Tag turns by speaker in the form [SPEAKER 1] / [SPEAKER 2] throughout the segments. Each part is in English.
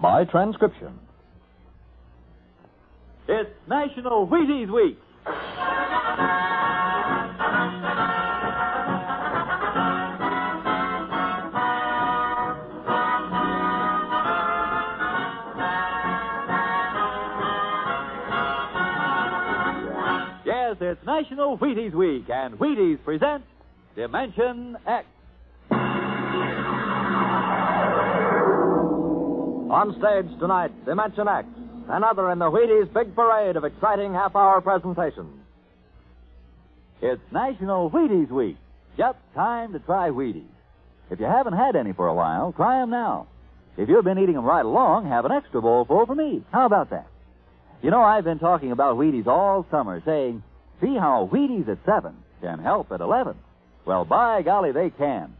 [SPEAKER 1] by transcription.
[SPEAKER 2] It's National Wheaties Week. Yes, it's National Wheaties Week, and Wheaties presents Dimension X.
[SPEAKER 3] On stage tonight, Dimension X, another in the Wheaties big parade of exciting half hour presentations.
[SPEAKER 2] It's National Wheaties Week. Yep, time to try Wheaties. If you haven't had any for a while, try 'em now. If you've been eating 'em right along, have an extra bowl full for me. How about that? You know, I've been talking about Wheaties all summer, saying, see how Wheaties at 7 can help at 11. Well, by golly, they can.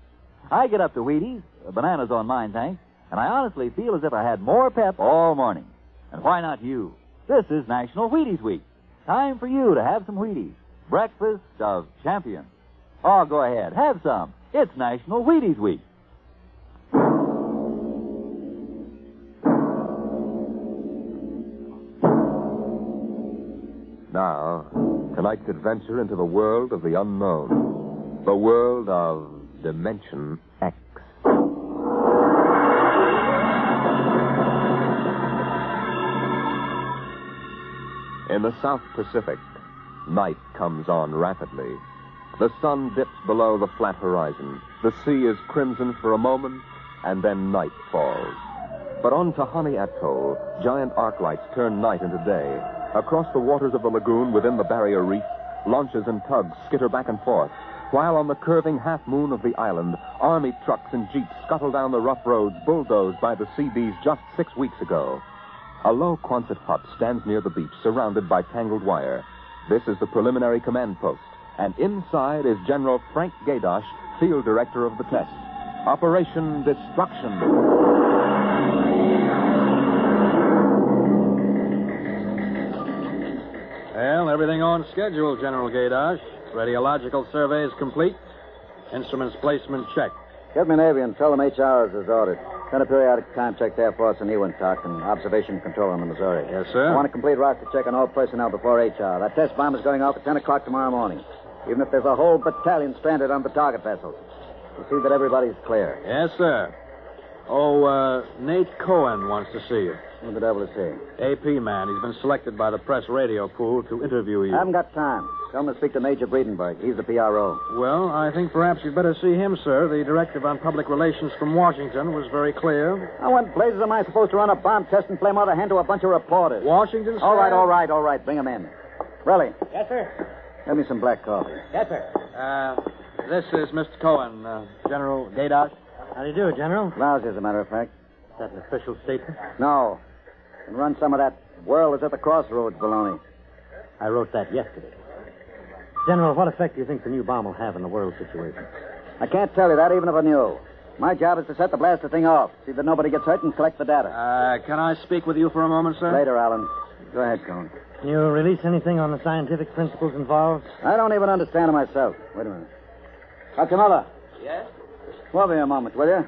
[SPEAKER 2] I get up to Wheaties, uh, bananas on mine, thanks, and I honestly feel as if I had more pep all morning. And why not you? This is National Wheaties Week. Time for you to have some Wheaties. Breakfast of champions. Oh, go ahead. Have some. It's National Wheaties Week.
[SPEAKER 4] Now, tonight's adventure into the world of the unknown, the world of Dimension X. In the South Pacific, night comes on rapidly. The sun dips below the flat horizon. The sea is crimson for a moment, and then night falls. But on Tahani Atoll, giant arc lights turn night into day. Across the waters of the lagoon within the barrier reef, launches and tugs skitter back and forth, while on the curving half moon of the island, army trucks and jeeps scuttle down the rough roads bulldozed by the Seabees just six weeks ago. A low Quonset hut stands near the beach, surrounded by tangled wire. This is the preliminary command post, and inside is General Frank Gaydosh, field director of the test. Operation Destruction.
[SPEAKER 5] Well, everything on schedule, General Gadosh. Radiological survey is complete. Instruments placement checked.
[SPEAKER 6] Get me Navy and tell them each hour is as ordered. Send a periodic time check there for us in Ewantok and observation control on the Missouri.
[SPEAKER 5] Yes, sir.
[SPEAKER 6] I want a complete roster check on all personnel before each hour. That test bomb is going off at 10 o'clock tomorrow morning. Even if there's a whole battalion stranded on the target vessel. We'll see that everybody's clear.
[SPEAKER 5] Yes, sir. Oh, uh, Nate Cohen wants to see you.
[SPEAKER 6] What the devil is he?
[SPEAKER 5] AP man. He's been selected by the press radio pool to interview you.
[SPEAKER 6] I haven't got time. Tell them to speak to Major Breedenberg. He's the PRO.
[SPEAKER 5] Well, I think perhaps you'd better see him, sir. The directive on public relations from Washington was very clear.
[SPEAKER 6] How in blazes am I supposed to run a bomb test and play mother hen to a bunch of reporters?
[SPEAKER 5] Washington, sir?
[SPEAKER 6] All right, all right, all right. Bring him in. Relly,
[SPEAKER 7] Yes, sir.
[SPEAKER 6] have me some black coffee.
[SPEAKER 7] Yes, sir.
[SPEAKER 5] Uh, this is Mr. Cohen, uh, General
[SPEAKER 7] Oh,
[SPEAKER 5] Gadosh.
[SPEAKER 7] How do you do, General?
[SPEAKER 6] Lousy, as a matter of fact.
[SPEAKER 7] Is that an official statement?
[SPEAKER 6] No. And run some of that world is at the crossroads, baloney.
[SPEAKER 7] I wrote that yesterday. General, what effect do you think the new bomb will have on the world situation?
[SPEAKER 6] I can't tell you that even if I knew. My job is to set the blaster thing off, see that nobody gets hurt, and collect the data.
[SPEAKER 5] Uh, can I speak with you for a moment, sir?
[SPEAKER 6] Later, Alan. Go ahead, Cohen.
[SPEAKER 7] Can you release anything on the scientific principles involved?
[SPEAKER 6] I don't even understand it myself. Wait a minute. Alcamilla. Yes? Come over here a moment, will you?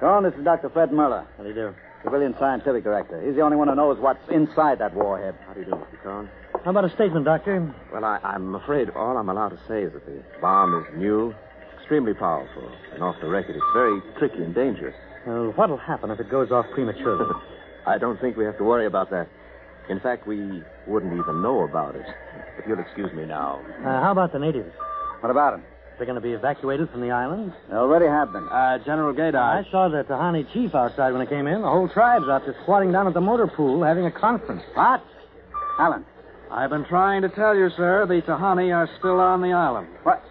[SPEAKER 6] Cohen, this is Dr. Fred Muller,
[SPEAKER 7] How do you do?
[SPEAKER 6] civilian scientific director. He's the only one who knows what's inside that warhead.
[SPEAKER 8] How do you do, Mr. Cohen?
[SPEAKER 7] How about a statement, Doctor?
[SPEAKER 8] Well, I, I'm afraid all I'm allowed to say is that the bomb is new, extremely powerful, and off the record. It's very tricky and dangerous.
[SPEAKER 7] Well, what'll happen if it goes off prematurely?
[SPEAKER 8] I don't think we have to worry about that. In fact, we wouldn't even know about it. If you'll excuse me now.
[SPEAKER 7] uh, how about the natives?
[SPEAKER 6] What about him?
[SPEAKER 7] They're going to be evacuated from the island?
[SPEAKER 6] They already have been.
[SPEAKER 5] Uh, General Gadosh.
[SPEAKER 7] I saw the Tahani chief outside when I came in. The whole tribe's out there squatting down at the motor pool having a conference.
[SPEAKER 6] What? Alan,
[SPEAKER 5] I've been trying to tell you, sir, the Tahani are still on the island.
[SPEAKER 6] what?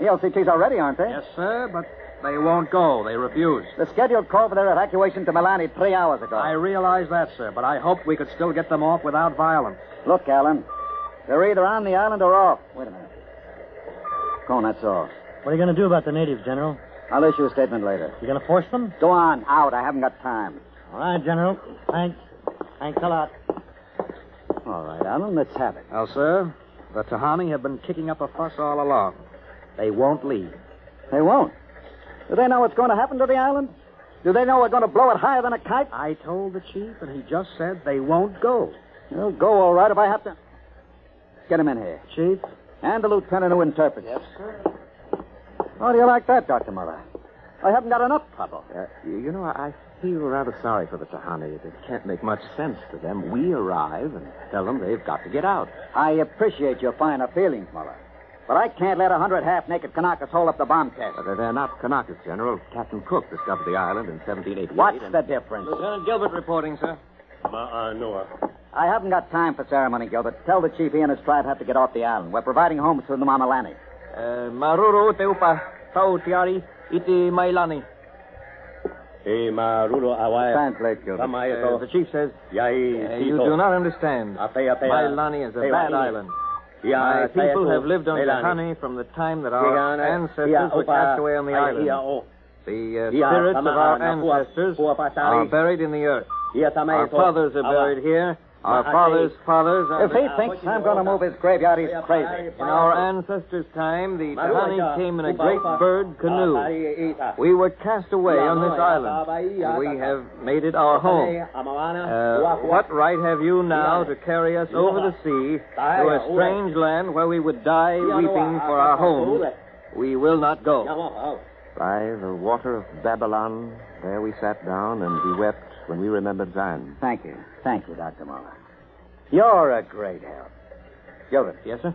[SPEAKER 6] E ELCTs already, aren't they?
[SPEAKER 5] Yes, sir, but they won't go. They refuse.
[SPEAKER 6] The scheduled call for their evacuation to Milani three hours ago.
[SPEAKER 5] I realize that, sir, but I hoped we could still get them off without violence.
[SPEAKER 6] Look, Alan. They're either on the island or off. Wait a minute. Go on, that's all.
[SPEAKER 7] What are you going to do about the natives, General?
[SPEAKER 6] I'll issue a statement later.
[SPEAKER 7] You going to force them?
[SPEAKER 6] Go on, out. I haven't got time.
[SPEAKER 7] All right, General. Thanks. Thanks a lot.
[SPEAKER 6] All right, Alan, let's have it.
[SPEAKER 5] Well, sir, the Tahani have been kicking up a fuss all along. They won't leave.
[SPEAKER 6] They won't. Do they know what's going to happen to the island? Do they know we're going to blow it higher than a kite?
[SPEAKER 1] I told the chief, and he just said they won't go.
[SPEAKER 6] They'll go all right if I have to. Get him in here.
[SPEAKER 1] Chief,
[SPEAKER 6] And the lieutenant who interprets. Yes, sir. How do you like that, Dr. Muller? I haven't got enough trouble.
[SPEAKER 4] Uh, you you know, I I feel rather sorry for the Tahani. It can't make much sense to them. We arrive and tell them they've got to get out.
[SPEAKER 6] I appreciate your finer feelings, Muller. But I can't let a hundred half-naked Kanakas hold up the bomb test.
[SPEAKER 4] But they're not Kanakas, General. Captain Cook discovered the island in 1788.
[SPEAKER 6] What's the difference?
[SPEAKER 9] Lieutenant Gilbert reporting, sir.
[SPEAKER 6] I haven't got time for ceremony, Gilbert. Tell the chief he and his tribe have to get off the island. We're providing homes for the Mamalani.
[SPEAKER 5] Uh, Maruru Teupa, Tau Tiari, Iti Mailani.
[SPEAKER 10] Hey, Marulo Awaya.
[SPEAKER 6] Translate, Gilbert.
[SPEAKER 10] Samayato.
[SPEAKER 5] Uh, the chief says, "Uh,
[SPEAKER 10] Yai,
[SPEAKER 5] you do not understand.
[SPEAKER 10] Apea, apea.
[SPEAKER 5] Eh, Mailani is a
[SPEAKER 10] Hey,
[SPEAKER 5] bad
[SPEAKER 10] Mailani.
[SPEAKER 5] island.
[SPEAKER 10] Yeah,
[SPEAKER 5] My
[SPEAKER 6] Uh,
[SPEAKER 10] I-
[SPEAKER 5] people
[SPEAKER 10] I-
[SPEAKER 5] have lived on
[SPEAKER 10] Mailani.
[SPEAKER 5] Tahani from the time that
[SPEAKER 10] Our
[SPEAKER 5] our ancestors were cast away on the island. The uh,
[SPEAKER 10] Yeah,
[SPEAKER 5] spirits of
[SPEAKER 10] Tama,
[SPEAKER 5] our
[SPEAKER 10] na, Pua-
[SPEAKER 5] ancestors
[SPEAKER 10] Pua Patari.
[SPEAKER 5] are buried in the earth. Our
[SPEAKER 10] Our
[SPEAKER 5] fathers are buried here. Our fathers' fathers are.
[SPEAKER 6] If he thinks I'm going to move his graveyard, he's crazy.
[SPEAKER 5] In our ancestors' time, the Tahani came in a great bird
[SPEAKER 6] Uh,
[SPEAKER 5] canoe.
[SPEAKER 10] canoe.
[SPEAKER 5] We were cast away on this island. and We have made it our home. Uh, what right have you now to carry us over the sea to a strange land where we would die weeping for our home? We will not go.
[SPEAKER 4] By the water of Babylon, there we sat down and we wept when we remembered Zion.
[SPEAKER 6] Thank you. Thank you, Dr. Muller. You're a great help. Gilbert,
[SPEAKER 5] Yes, sir.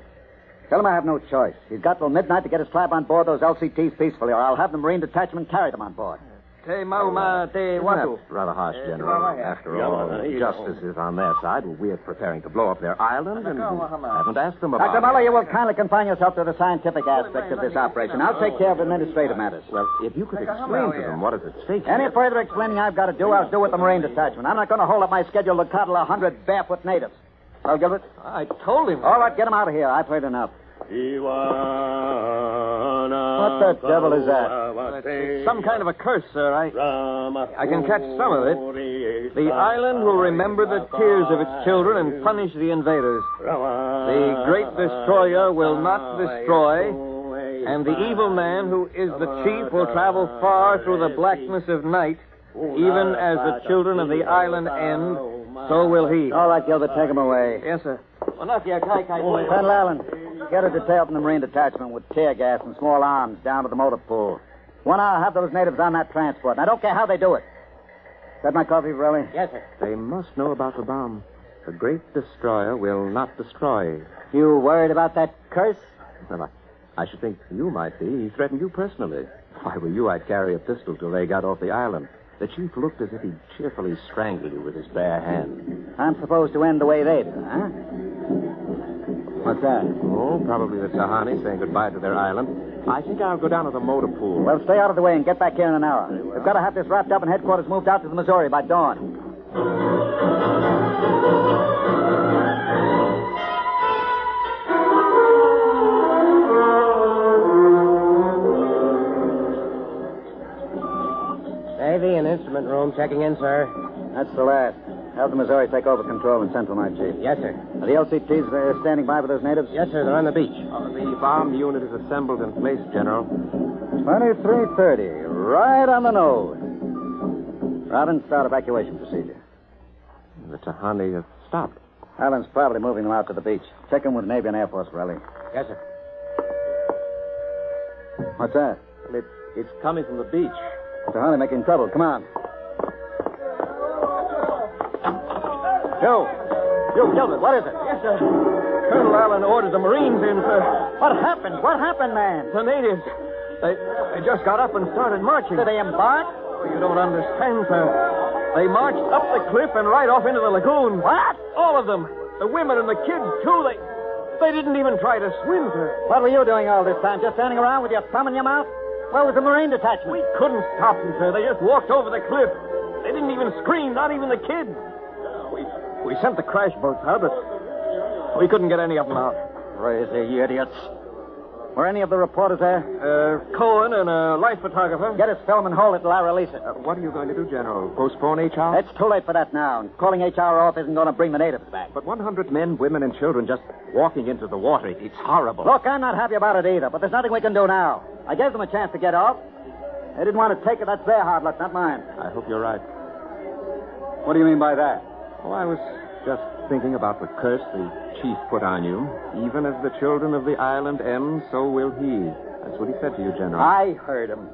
[SPEAKER 6] tell him I have no choice. He's got till midnight to get his tribe on board those LCTs peacefully, or I'll have the Marine detachment carry them on board.
[SPEAKER 5] Te mauma te watu.
[SPEAKER 4] That's rather harsh, General. After all, justice is on their side. We're preparing to blow up their island, and we haven't asked them about
[SPEAKER 6] Dr. Muller,
[SPEAKER 4] it.
[SPEAKER 6] you will kindly confine yourself to the scientific aspect of this operation. I'll take care of administrative matters.
[SPEAKER 4] Well, if you could explain to them what is at stake
[SPEAKER 6] Any
[SPEAKER 4] here.
[SPEAKER 6] further explaining I've got to do, I'll do with the Marine detachment. I'm not going to hold up my schedule to coddle a hundred barefoot natives. So, Gilbert?
[SPEAKER 5] I told him.
[SPEAKER 6] All right, get them out of here. I've heard enough. What the devil is that?
[SPEAKER 5] It's some kind of a curse, sir. I.
[SPEAKER 10] I
[SPEAKER 5] I can catch some of
[SPEAKER 10] it.
[SPEAKER 5] The island will remember the tears of its children and punish the invaders.
[SPEAKER 10] The
[SPEAKER 5] The great destroyer will not destroy, and the evil man who is the chief will travel far through the blackness of night. Even
[SPEAKER 6] Ah,
[SPEAKER 5] as the children of the island end, so will he.
[SPEAKER 6] All right, Gilbert, take them away.
[SPEAKER 5] Yes, sir.
[SPEAKER 6] Colonel Allen, get a detail from the Marine detachment with tear gas and small arms down to the motor pool. One hour, have those natives on that transport, and I don't care how they do it. Is that my coffee, Varelli?
[SPEAKER 1] Yes, sir.
[SPEAKER 4] They must know about the bomb. The great destroyer will not destroy.
[SPEAKER 6] You worried about that curse?
[SPEAKER 4] Well, I, I should think you might be. He threatened you personally. If I were you, I'd carry a pistol till they got off the island. The chief looked as if he'd cheerfully strangled you with his bare hand.
[SPEAKER 6] I'm supposed to end the way they do, huh? What's that?
[SPEAKER 4] Oh, probably the Tahani saying goodbye to their island. I think I'll go down to the motor pool.
[SPEAKER 6] Well, stay out of the way and get back here in an hour. We've got to have this wrapped up and headquarters moved out to the Missouri by dawn.
[SPEAKER 1] Navy and instrument room checking in, sir.
[SPEAKER 6] That's the last. Have the Missouri take over control and central night, Chief.
[SPEAKER 1] Yes, sir.
[SPEAKER 6] Are the LCTs uh, standing by for those natives?
[SPEAKER 1] Yes, sir. They're on the beach.
[SPEAKER 4] Uh, the bomb unit is assembled and placed, General.
[SPEAKER 6] 2330, right on the nose. Robin, start evacuation procedure.
[SPEAKER 4] The Tahani have stopped.
[SPEAKER 6] Allen's probably moving them out to the beach. Check in with Navy and Air Force, Riley.
[SPEAKER 1] Yes, sir.
[SPEAKER 6] What's that?
[SPEAKER 4] It, it's coming from the beach.
[SPEAKER 6] Tahani making trouble. Come on. Joe. Joe Gilbert, what is it? Yes, sir.
[SPEAKER 5] Colonel Allen ordered the Marines in, sir.
[SPEAKER 6] What happened? What happened, man?
[SPEAKER 5] The natives. They, they just got up and started marching.
[SPEAKER 6] Did they embark?
[SPEAKER 5] Oh, You don't understand, sir. They marched up the cliff and right off into the lagoon.
[SPEAKER 6] What?
[SPEAKER 5] All of them. The women and the kids, too. They they didn't even try to swim, sir.
[SPEAKER 6] What were you doing all this time? Just standing around with your thumb in your mouth? Where was the Marine detachment?
[SPEAKER 5] We couldn't stop them, sir. They just walked over the cliff. They didn't even scream, not even the kids. We, we sent the crash boats out, but we couldn't get any of them out.
[SPEAKER 6] Crazy idiots. Were any of the reporters there?
[SPEAKER 5] Uh, Cohen and a life photographer.
[SPEAKER 6] Get his film and hold it till I release it.
[SPEAKER 4] Uh, what are you going to do, General? Postpone HR?
[SPEAKER 6] It's too late for that now. and Calling HR off isn't going to bring the natives back.
[SPEAKER 4] But 100 men, women, and children just walking into the water. It- It's horrible.
[SPEAKER 6] Look, I'm not happy about it either, but there's nothing we can do now. I gave them a chance to get off. They didn't want to take it. That's their hard luck, not mine.
[SPEAKER 4] I hope you're right.
[SPEAKER 6] What do you mean by that?
[SPEAKER 4] Oh, I was just thinking about the curse the chief put on you. Even as the children of the island end, so will he. That's what he said to you, General.
[SPEAKER 6] I heard him.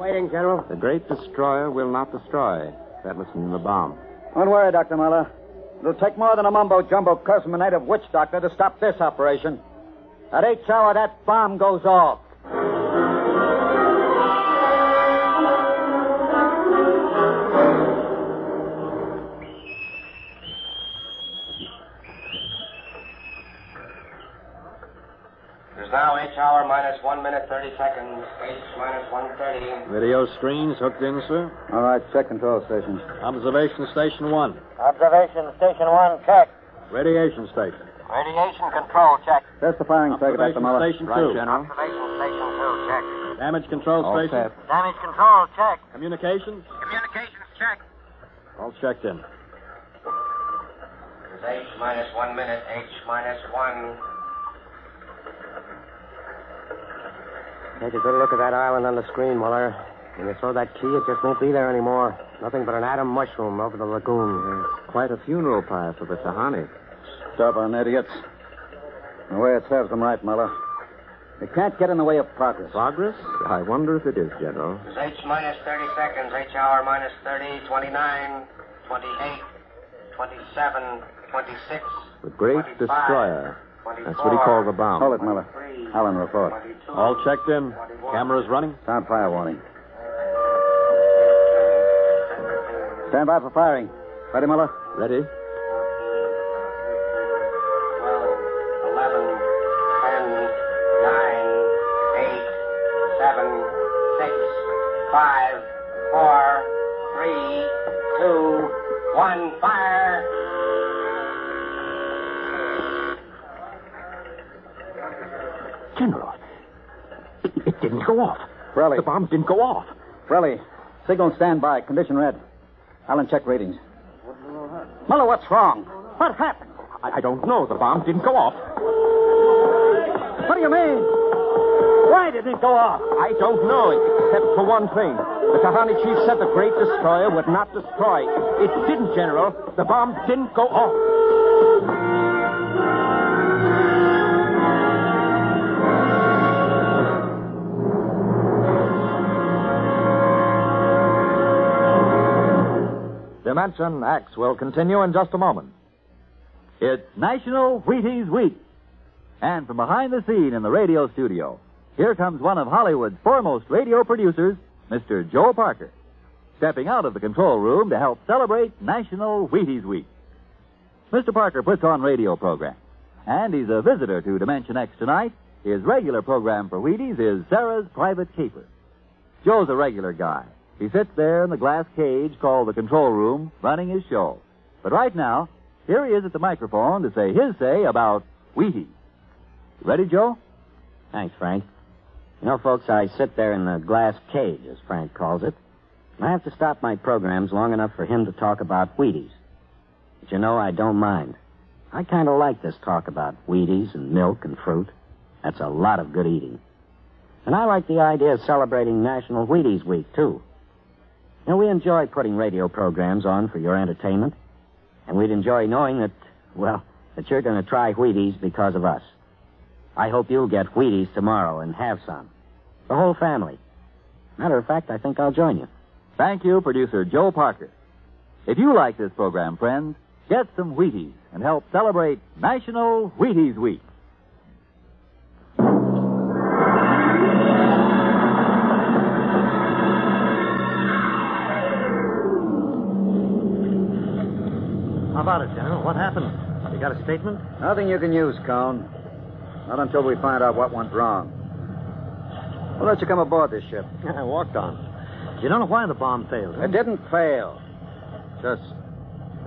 [SPEAKER 1] Waiting, General.
[SPEAKER 4] The great destroyer will not destroy. That was from the bomb.
[SPEAKER 6] Don't worry, Dr. Muller. It'll take more than a mumbo jumbo curse from a native witch doctor to stop this operation. At each hour, that bomb goes off.
[SPEAKER 11] It's now each hour minus one minute thirty seconds. H minus one thirty.
[SPEAKER 9] Video screens hooked in, sir.
[SPEAKER 6] All right, check control station.
[SPEAKER 9] Observation station one.
[SPEAKER 11] Observation station one, check.
[SPEAKER 9] Radiation station.
[SPEAKER 11] Radiation control, check.
[SPEAKER 6] There's the firing circuit, Dr.
[SPEAKER 9] Observation
[SPEAKER 6] Muller.
[SPEAKER 9] station
[SPEAKER 4] Right,
[SPEAKER 9] two.
[SPEAKER 4] General.
[SPEAKER 11] Observation station two, check.
[SPEAKER 9] Damage control
[SPEAKER 4] All
[SPEAKER 9] station.
[SPEAKER 4] set.
[SPEAKER 11] Damage control, check.
[SPEAKER 9] Communications.
[SPEAKER 11] Communications, check.
[SPEAKER 9] All checked in.
[SPEAKER 11] It's H minus one minute, H minus one.
[SPEAKER 1] Take a good look at that island on the screen, Muller. When you throw that key, it just won't be there anymore. Nothing but an atom mushroom over the lagoon.
[SPEAKER 4] Quite a funeral pyre for the Tahani.
[SPEAKER 6] Stubborn idiots. The way it serves them right, Muller. They can't get in the way of progress.
[SPEAKER 4] Progress? I wonder if it is, General.
[SPEAKER 11] It's H minus thirty seconds, H hour minus thirty, twenty-nine, twenty-eight, twenty-seven, twenty-six.
[SPEAKER 4] The great
[SPEAKER 11] 25,
[SPEAKER 4] destroyer. That's what he called the bomb.
[SPEAKER 6] Hold it, Muller. Allen, report.
[SPEAKER 9] All checked in. Cameras running.
[SPEAKER 6] Sound fire warning. Stand by for firing. Ready, Muller?
[SPEAKER 4] Ready?
[SPEAKER 11] 11, 10, 9, 8, 7, 6, 5, 4, 3, 2, 1, fire!
[SPEAKER 4] General, it, it didn't go off.
[SPEAKER 6] Rally.
[SPEAKER 4] bomb didn't go off.
[SPEAKER 6] Rally. Signal stand by. Condition red. Allen, check readings. Muller, what's wrong? What happened?
[SPEAKER 4] I, I don't know. The bomb didn't go off.
[SPEAKER 6] What do you mean? Why did it go off?
[SPEAKER 4] I don't know, except for one thing. The Tahani chief said the great destroyer would not destroy. It didn't, General. The bomb didn't go off.
[SPEAKER 2] Dimension X will continue in just a moment. It's National Wheaties Week. And from behind the scene in the radio studio, here comes one of Hollywood's foremost radio producers, Mr. Joe Parker, stepping out of the control room to help celebrate National Wheaties Week. Mr. Parker puts on radio programs, and he's a visitor to Dimension X tonight. His regular program for Wheaties is Sarah's Private Caper. Joe's a regular guy. He sits there in the glass cage called the control room, running his show. But right now, here he is at the microphone to say his say about Wheaties. Ready, Joe?
[SPEAKER 1] Thanks, Frank. You know, folks, I sit there in the glass cage, as Frank calls it. And I have to stop my programs long enough for him to talk about Wheaties. But you know, I don't mind. I kind of like this talk about Wheaties and milk and fruit. That's a lot of good eating. And I like the idea of celebrating National Wheaties Week, too. Now, we enjoy putting radio programs on for your entertainment. And we'd enjoy knowing that, well, that you're going to try Wheaties because of us. I hope you'll get Wheaties tomorrow and have some. The whole family. Matter of fact, I think I'll join you.
[SPEAKER 2] Thank you, producer Joe Parker. If you like this program, friends, get some Wheaties and help celebrate National Wheaties Week.
[SPEAKER 7] How about it, General? What happened? You got a statement?
[SPEAKER 6] Nothing you can use, Cone. Not until we find out what went wrong. We'll let you come aboard this ship.
[SPEAKER 7] I walked on. You don't know why the bomb failed. huh?
[SPEAKER 6] It didn't fail. Just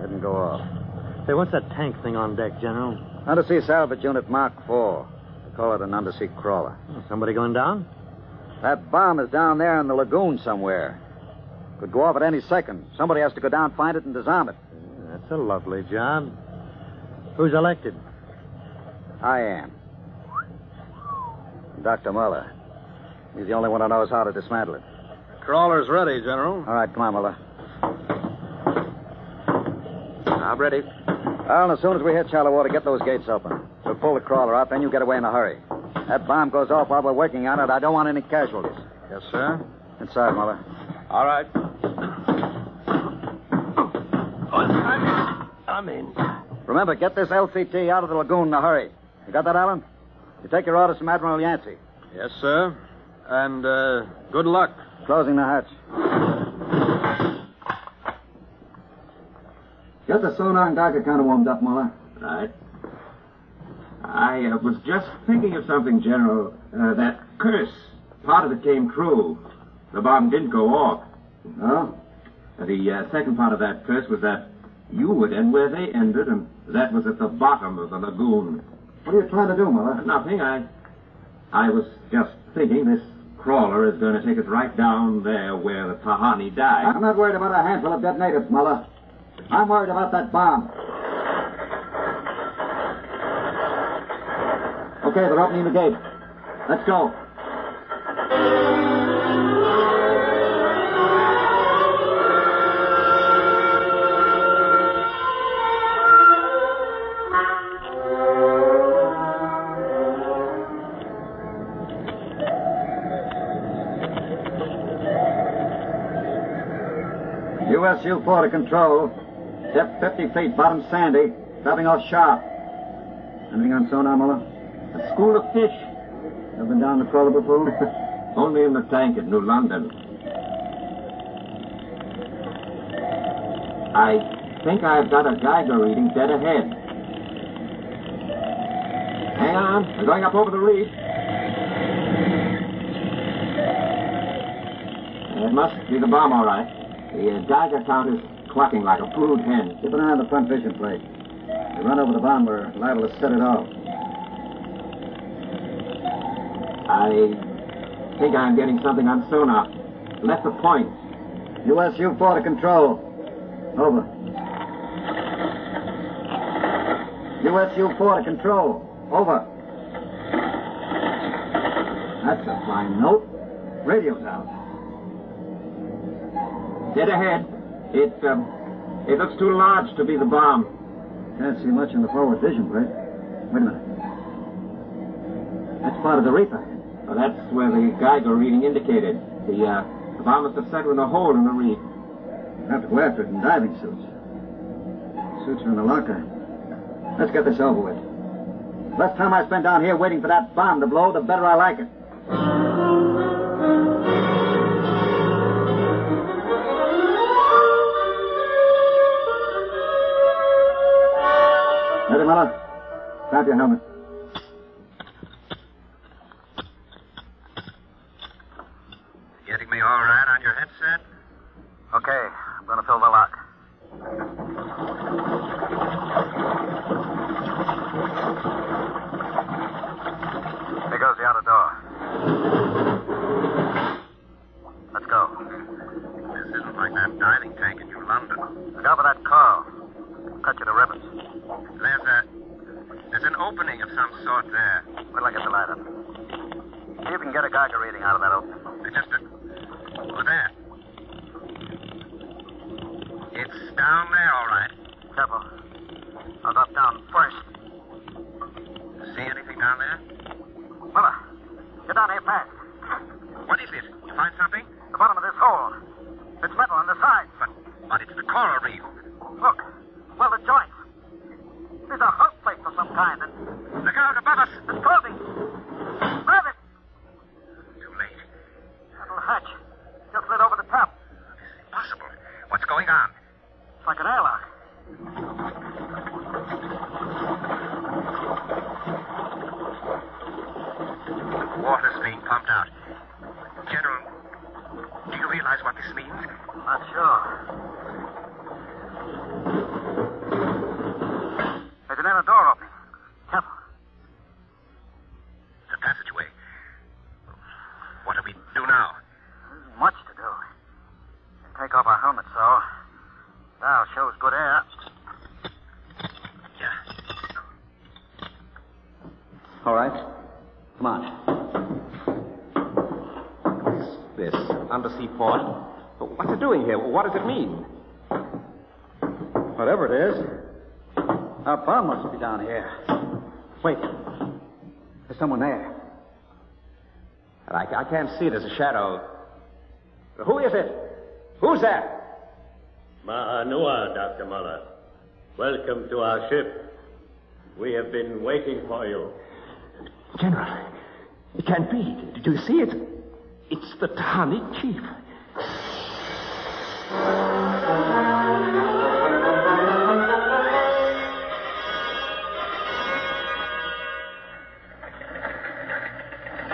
[SPEAKER 6] didn't go off.
[SPEAKER 7] Say, what's that tank thing on deck, General?
[SPEAKER 6] Undersea salvage unit Mark IV. They call it an undersea crawler.
[SPEAKER 7] Somebody going down?
[SPEAKER 6] That bomb is down there in the lagoon somewhere. Could go off at any second. Somebody has to go down, find it, and disarm it.
[SPEAKER 7] That's a lovely job. Who's elected?
[SPEAKER 6] I am. Dr. Muller. He's the only one who knows how to dismantle it.
[SPEAKER 5] Crawler's ready, General.
[SPEAKER 6] All right, come on, Muller.
[SPEAKER 12] I'm ready.
[SPEAKER 6] Well, as soon as we hit shallow water, get those gates open. We'll pull the crawler out, then you get away in a hurry. That bomb goes off while we're working on it. I don't want any casualties.
[SPEAKER 5] Yes, sir.
[SPEAKER 6] Inside, Muller.
[SPEAKER 12] All right. I'm, I'm in.
[SPEAKER 6] Remember, get this LCT out of the lagoon in a hurry. You got that, Allen? You take your orders from Admiral Yancey.
[SPEAKER 5] Yes, sir. And uh, good luck.
[SPEAKER 6] Closing the hatch. Get the sonar and Geiger counter warmed up, Muller.
[SPEAKER 4] I, I uh, was just thinking of something, General. Uh, that curse. Part of it came true. The bomb didn't go off.
[SPEAKER 6] No?
[SPEAKER 4] The uh, second part of that curse was that you would end where they ended, and that was at the bottom of the lagoon.
[SPEAKER 6] What are you trying to do, Muller?
[SPEAKER 4] Nothing. I, I was just thinking this crawler is going to take us right down there where the Pahani died.
[SPEAKER 6] I'm not worried about a handful of detonators, Muller. I'm worried about that bomb. Okay, they're opening the gate. Let's go. USU 4 to control. Depth 50 feet, bottom sandy. Dropping off sharp. Anything on sonar, Muller?
[SPEAKER 4] A school of fish.
[SPEAKER 6] Ever been down the crawler before?
[SPEAKER 4] Only in the tank at New London. I think I've got a Geiger reading dead ahead. Hang on. We're going up over the reef. It must be the bomb, all right. The uh, Geiger counter's clucking like a brood hen.
[SPEAKER 6] Keep an eye on the front vision plate. If we run over the bomb, we're liable to set it off.
[SPEAKER 4] I think I'm getting something on sonar. Left the point.
[SPEAKER 6] USU 4 to control. Oh, Over. USU 4 to control. Over. That's a fine note. Radio's out.
[SPEAKER 4] Dead ahead. It, um, it looks too large to be the bomb.
[SPEAKER 6] Can't see much in the forward vision plate. Wait a minute. That's part of the reef,
[SPEAKER 4] well, that's where the Geiger reading indicated. The, uh, the bomb must have settled in a hole in the reef.
[SPEAKER 6] We'll have to go after it in diving suits. Suits are in the locker. Let's get this over with. The less time I spend down here waiting for that bomb to blow, the better I like it. Ready, Muller? Strap your helmet.
[SPEAKER 13] Getting me all right on your headset? Okay, I'm going to fill the lock. There goes the outer door. Let's go. This isn't like that diving tank in New London. Look out for that coral. Cut you to ribbons. There's a. There's an opening of some sort there. Wait till I get the light up. See if we can get a Geiger reading out of that opening. It's just a over there. It's down there, all right. Careful. I'll drop down first. See anything down there? Miller, get down here fast. What is it? You find something? The bottom of this hole. It's metal on the side. But, but it's the coral reef. Look. Well, the joints. These are hook plates of some kind. And... Look out above us. It's closing. Grab it. Too late. That'll hatch. Just slid over the top. It's impossible. What's going on? It's like an airlock. Water's being pumped out. General, do you realize what this means? Not sure. There's another door opening. Careful. It's a passageway. What do we do now? Much to do. Take off our helmets, though. Dial shows good air. Yeah.
[SPEAKER 6] All right. Come on.
[SPEAKER 12] This
[SPEAKER 14] undersea port. What's it doing here? What does it mean?
[SPEAKER 15] Whatever it is, our bomb must be down here. Wait. There's someone there.
[SPEAKER 14] I, I can't see. There's a shadow. Who is it? Who's that?
[SPEAKER 10] Ma'anua, Dr. Muller. Welcome to our ship. We have been waiting for you.
[SPEAKER 14] General, it can't be. Do you see it? It's the Tahani chief.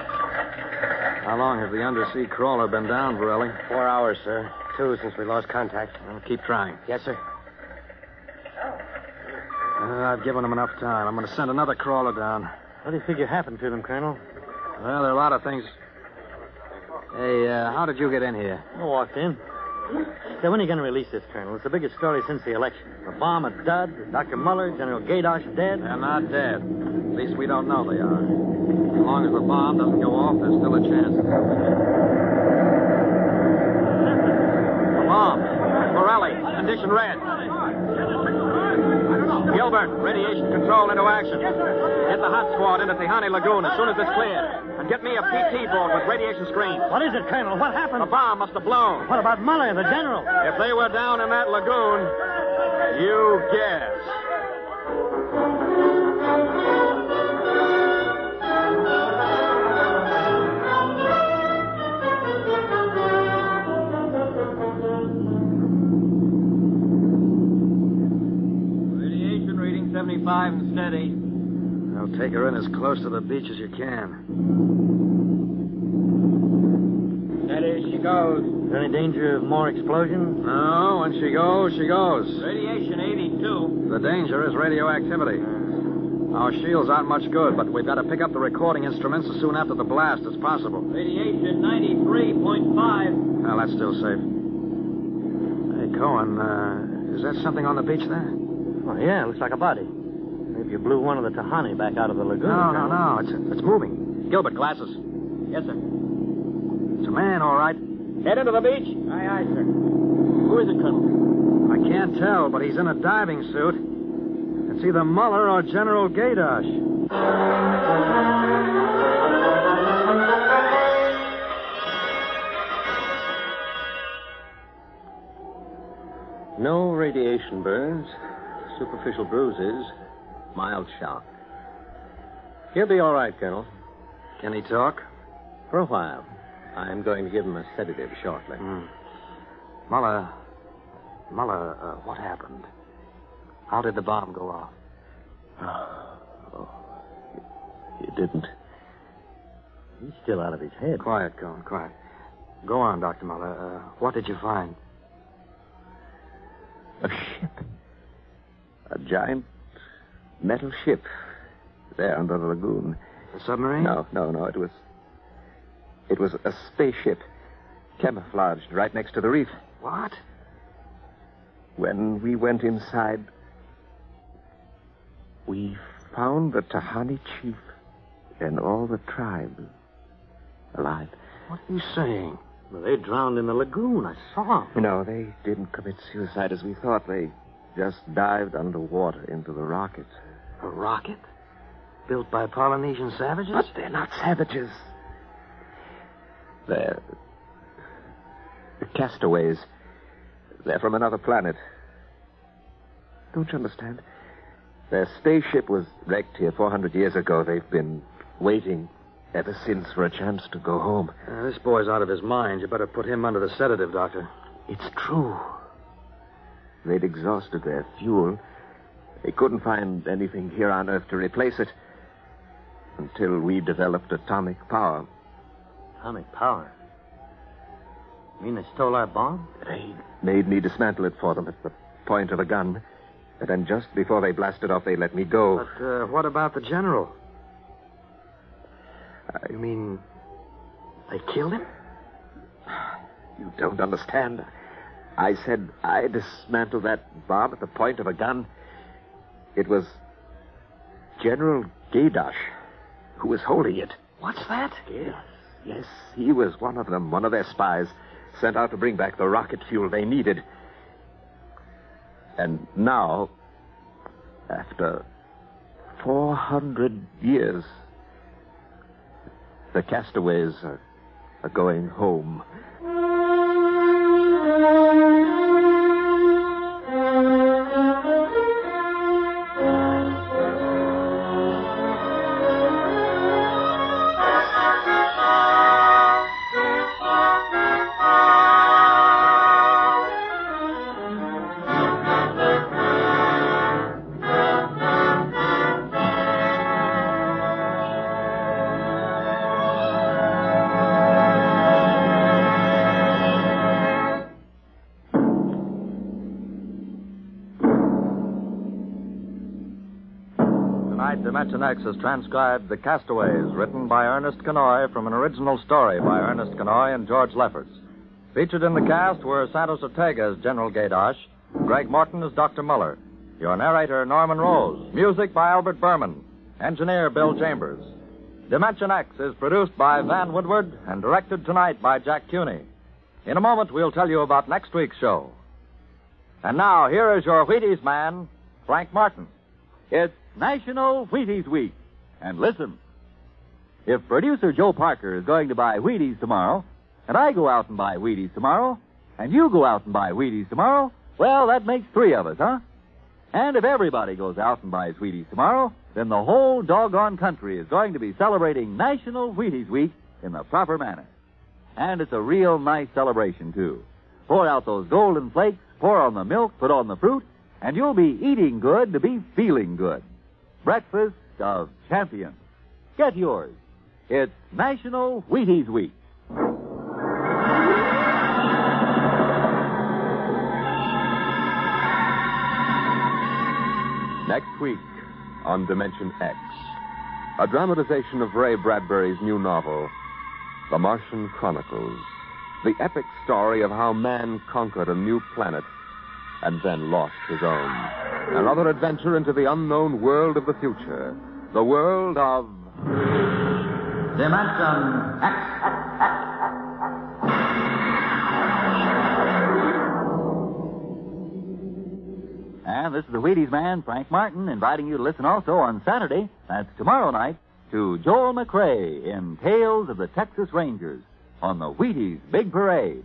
[SPEAKER 5] How long has the undersea crawler been down, Borelli?
[SPEAKER 6] Four hours, sir. Two since we lost contact.
[SPEAKER 5] Well, keep trying.
[SPEAKER 6] Yes, sir.
[SPEAKER 5] Uh, I've given them enough time. I'm going to send another crawler down.
[SPEAKER 6] What do you figure happened to them, Colonel?
[SPEAKER 5] Well, there are a lot of things. Hey, uh, how did you get in here?
[SPEAKER 6] I walked in. So when are you going to release this, Colonel? It's the biggest story since the election. The bomb at Dud, Dr. Muller, General Gadosh dead.
[SPEAKER 5] They're not dead. At least we don't know they are. As long as the bomb doesn't go off, there's still a chance. The bomb. Borelli, condition red. Gilbert, radiation control into action. Get the hot squad into Tihani Lagoon as soon as it's cleared. And get me a PT board with radiation screens.
[SPEAKER 6] What is it, Colonel? What happened?
[SPEAKER 5] The bomb must have blown.
[SPEAKER 6] What about Muller, the general?
[SPEAKER 5] If they were down in that lagoon, you guess.
[SPEAKER 16] Radiation reading 75 and steady.
[SPEAKER 5] Now take her in as close to the beach as you can.
[SPEAKER 6] Steady, she goes. Is there any danger of more explosion?
[SPEAKER 5] No, when she goes, she goes.
[SPEAKER 16] Radiation 82.
[SPEAKER 5] The danger is radioactivity. Our shield's aren't much good, but we've got to pick up the recording instruments as soon after the blast as possible.
[SPEAKER 16] Radiation 93.5.
[SPEAKER 5] Now, that's still safe. Hey, Cohen, uh, is that something on the beach there?
[SPEAKER 6] Oh, yeah, looks like a body. Maybe you blew one of the Tahani back out of the lagoon.
[SPEAKER 5] No, no,
[SPEAKER 6] Colonel.
[SPEAKER 5] no. It's, it's moving. Gilbert, glasses.
[SPEAKER 16] Yes, sir.
[SPEAKER 5] It's a man, all right.
[SPEAKER 16] Head into the beach. Aye, aye, sir. Who is it, Colonel?
[SPEAKER 5] I can't tell, but he's in a diving suit. It's either Muller or General Gadosh.
[SPEAKER 4] No radiation burns, superficial bruises, mild shock. He'll be all right, Colonel.
[SPEAKER 5] Can he talk?
[SPEAKER 4] For a while. I'm going to give him a sedative shortly.
[SPEAKER 5] Hmm. Muller. Muller, uh, what happened? How did the bomb go off?
[SPEAKER 4] Oh, It didn't.
[SPEAKER 5] He's still out of his head. Quiet, Cohen, quiet. Go on, Dr. Muller. Uh, what did you find?
[SPEAKER 4] A ship. A giant metal ship. There under the lagoon.
[SPEAKER 5] A submarine?
[SPEAKER 4] No, no, no. It was. It was a spaceship. Camouflaged right next to the reef.
[SPEAKER 5] What?
[SPEAKER 4] When we went inside, we found the Tahani chief and all the tribe alive.
[SPEAKER 5] What are you saying?
[SPEAKER 6] Well, they drowned in the lagoon. I saw 'em.
[SPEAKER 4] No, they didn't commit suicide as we thought. They just dived underwater into the rocket.
[SPEAKER 5] A rocket? Built by Polynesian savages?
[SPEAKER 4] But they're not savages. They're castaways. They're from another planet. Don't you understand? Their spaceship was wrecked here 400 years ago. They've been waiting ever since for a chance to go home.
[SPEAKER 5] Uh, this boy's out of his mind. You better put him under the sedative, Doctor.
[SPEAKER 4] It's true. They'd exhausted their fuel. They couldn't find anything here on Earth to replace it until we developed atomic power.
[SPEAKER 6] Atomic power. You mean they stole our bomb?
[SPEAKER 4] They made me dismantle it for them at the point of a gun. And then just before they blasted off, they let me go.
[SPEAKER 5] But uh, what about the general? You mean they killed him?
[SPEAKER 4] You don't understand. I said I dismantled that bomb at the point of a gun. It was General Gaydosh who was holding it.
[SPEAKER 5] What's that?
[SPEAKER 4] Yes, he was one of them, one of their spies.
[SPEAKER 17] sent out to bring back the rocket fuel they needed. And now, after 400 years, the castaways are, are going home.
[SPEAKER 6] Dimension X has transcribed The Castaways, written by Ernest Canoy from an original story by Ernest Canoy and George Lefferts. Featured in the cast were Santos Ortega as General Gaydosh, Greg Morton as Dr. Muller, your narrator Norman Rose, music by Albert Berman, engineer Bill Chambers. Dimension X is produced by Van Woodward and directed tonight by Jack Cuny. In a moment, we'll tell you about next week's show. And now, here is your Wheaties man, Frank Martin.
[SPEAKER 4] It's National Wheaties Week. And listen, if producer Joe Parker is going to buy Wheaties tomorrow, and I go out and buy Wheaties tomorrow, and you go out and buy Wheaties tomorrow, well, that makes three of us, huh? And if everybody goes out and buys Wheaties tomorrow, then the whole doggone country is going to be celebrating National Wheaties Week in the proper manner. And it's a real nice celebration, too. Pour out those golden flakes, pour on the milk, put on the fruit, and you'll be eating good to be feeling good. Breakfast of Champions. Get yours. It's National Wheaties Week.
[SPEAKER 18] Next week on Dimension X, a dramatization of Ray Bradbury's new novel, The Martian Chronicles, the epic story of how man conquered a new planet and then lost his own. Another adventure into the unknown world of the future. The world of.
[SPEAKER 19] Dimension X.
[SPEAKER 4] And Ah, this is the Wheaties man, Frank Martin, inviting you to listen also on Saturday, that's tomorrow night, to Joel McRae in Tales of the Texas Rangers on the Wheaties Big Parade.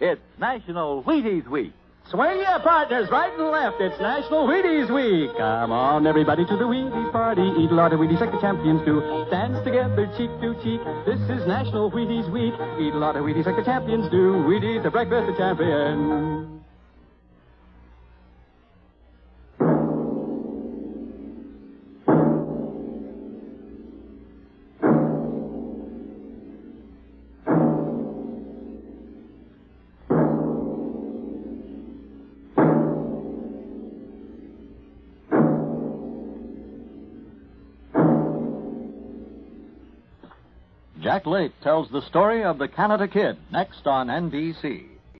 [SPEAKER 4] It's National Wheaties Week.
[SPEAKER 5] Swing your partners right and left. It's National Wheaties Week. Come on, everybody, to the Wheaties party. Eat a lot of Wheaties like the champions do. Dance together, cheek to cheek. This is National Wheaties Week. Eat a lot of Wheaties like the champions do. Wheaties, the breakfast of champions.
[SPEAKER 6] Jack Late tells the story of the Canada Kid next on NBC.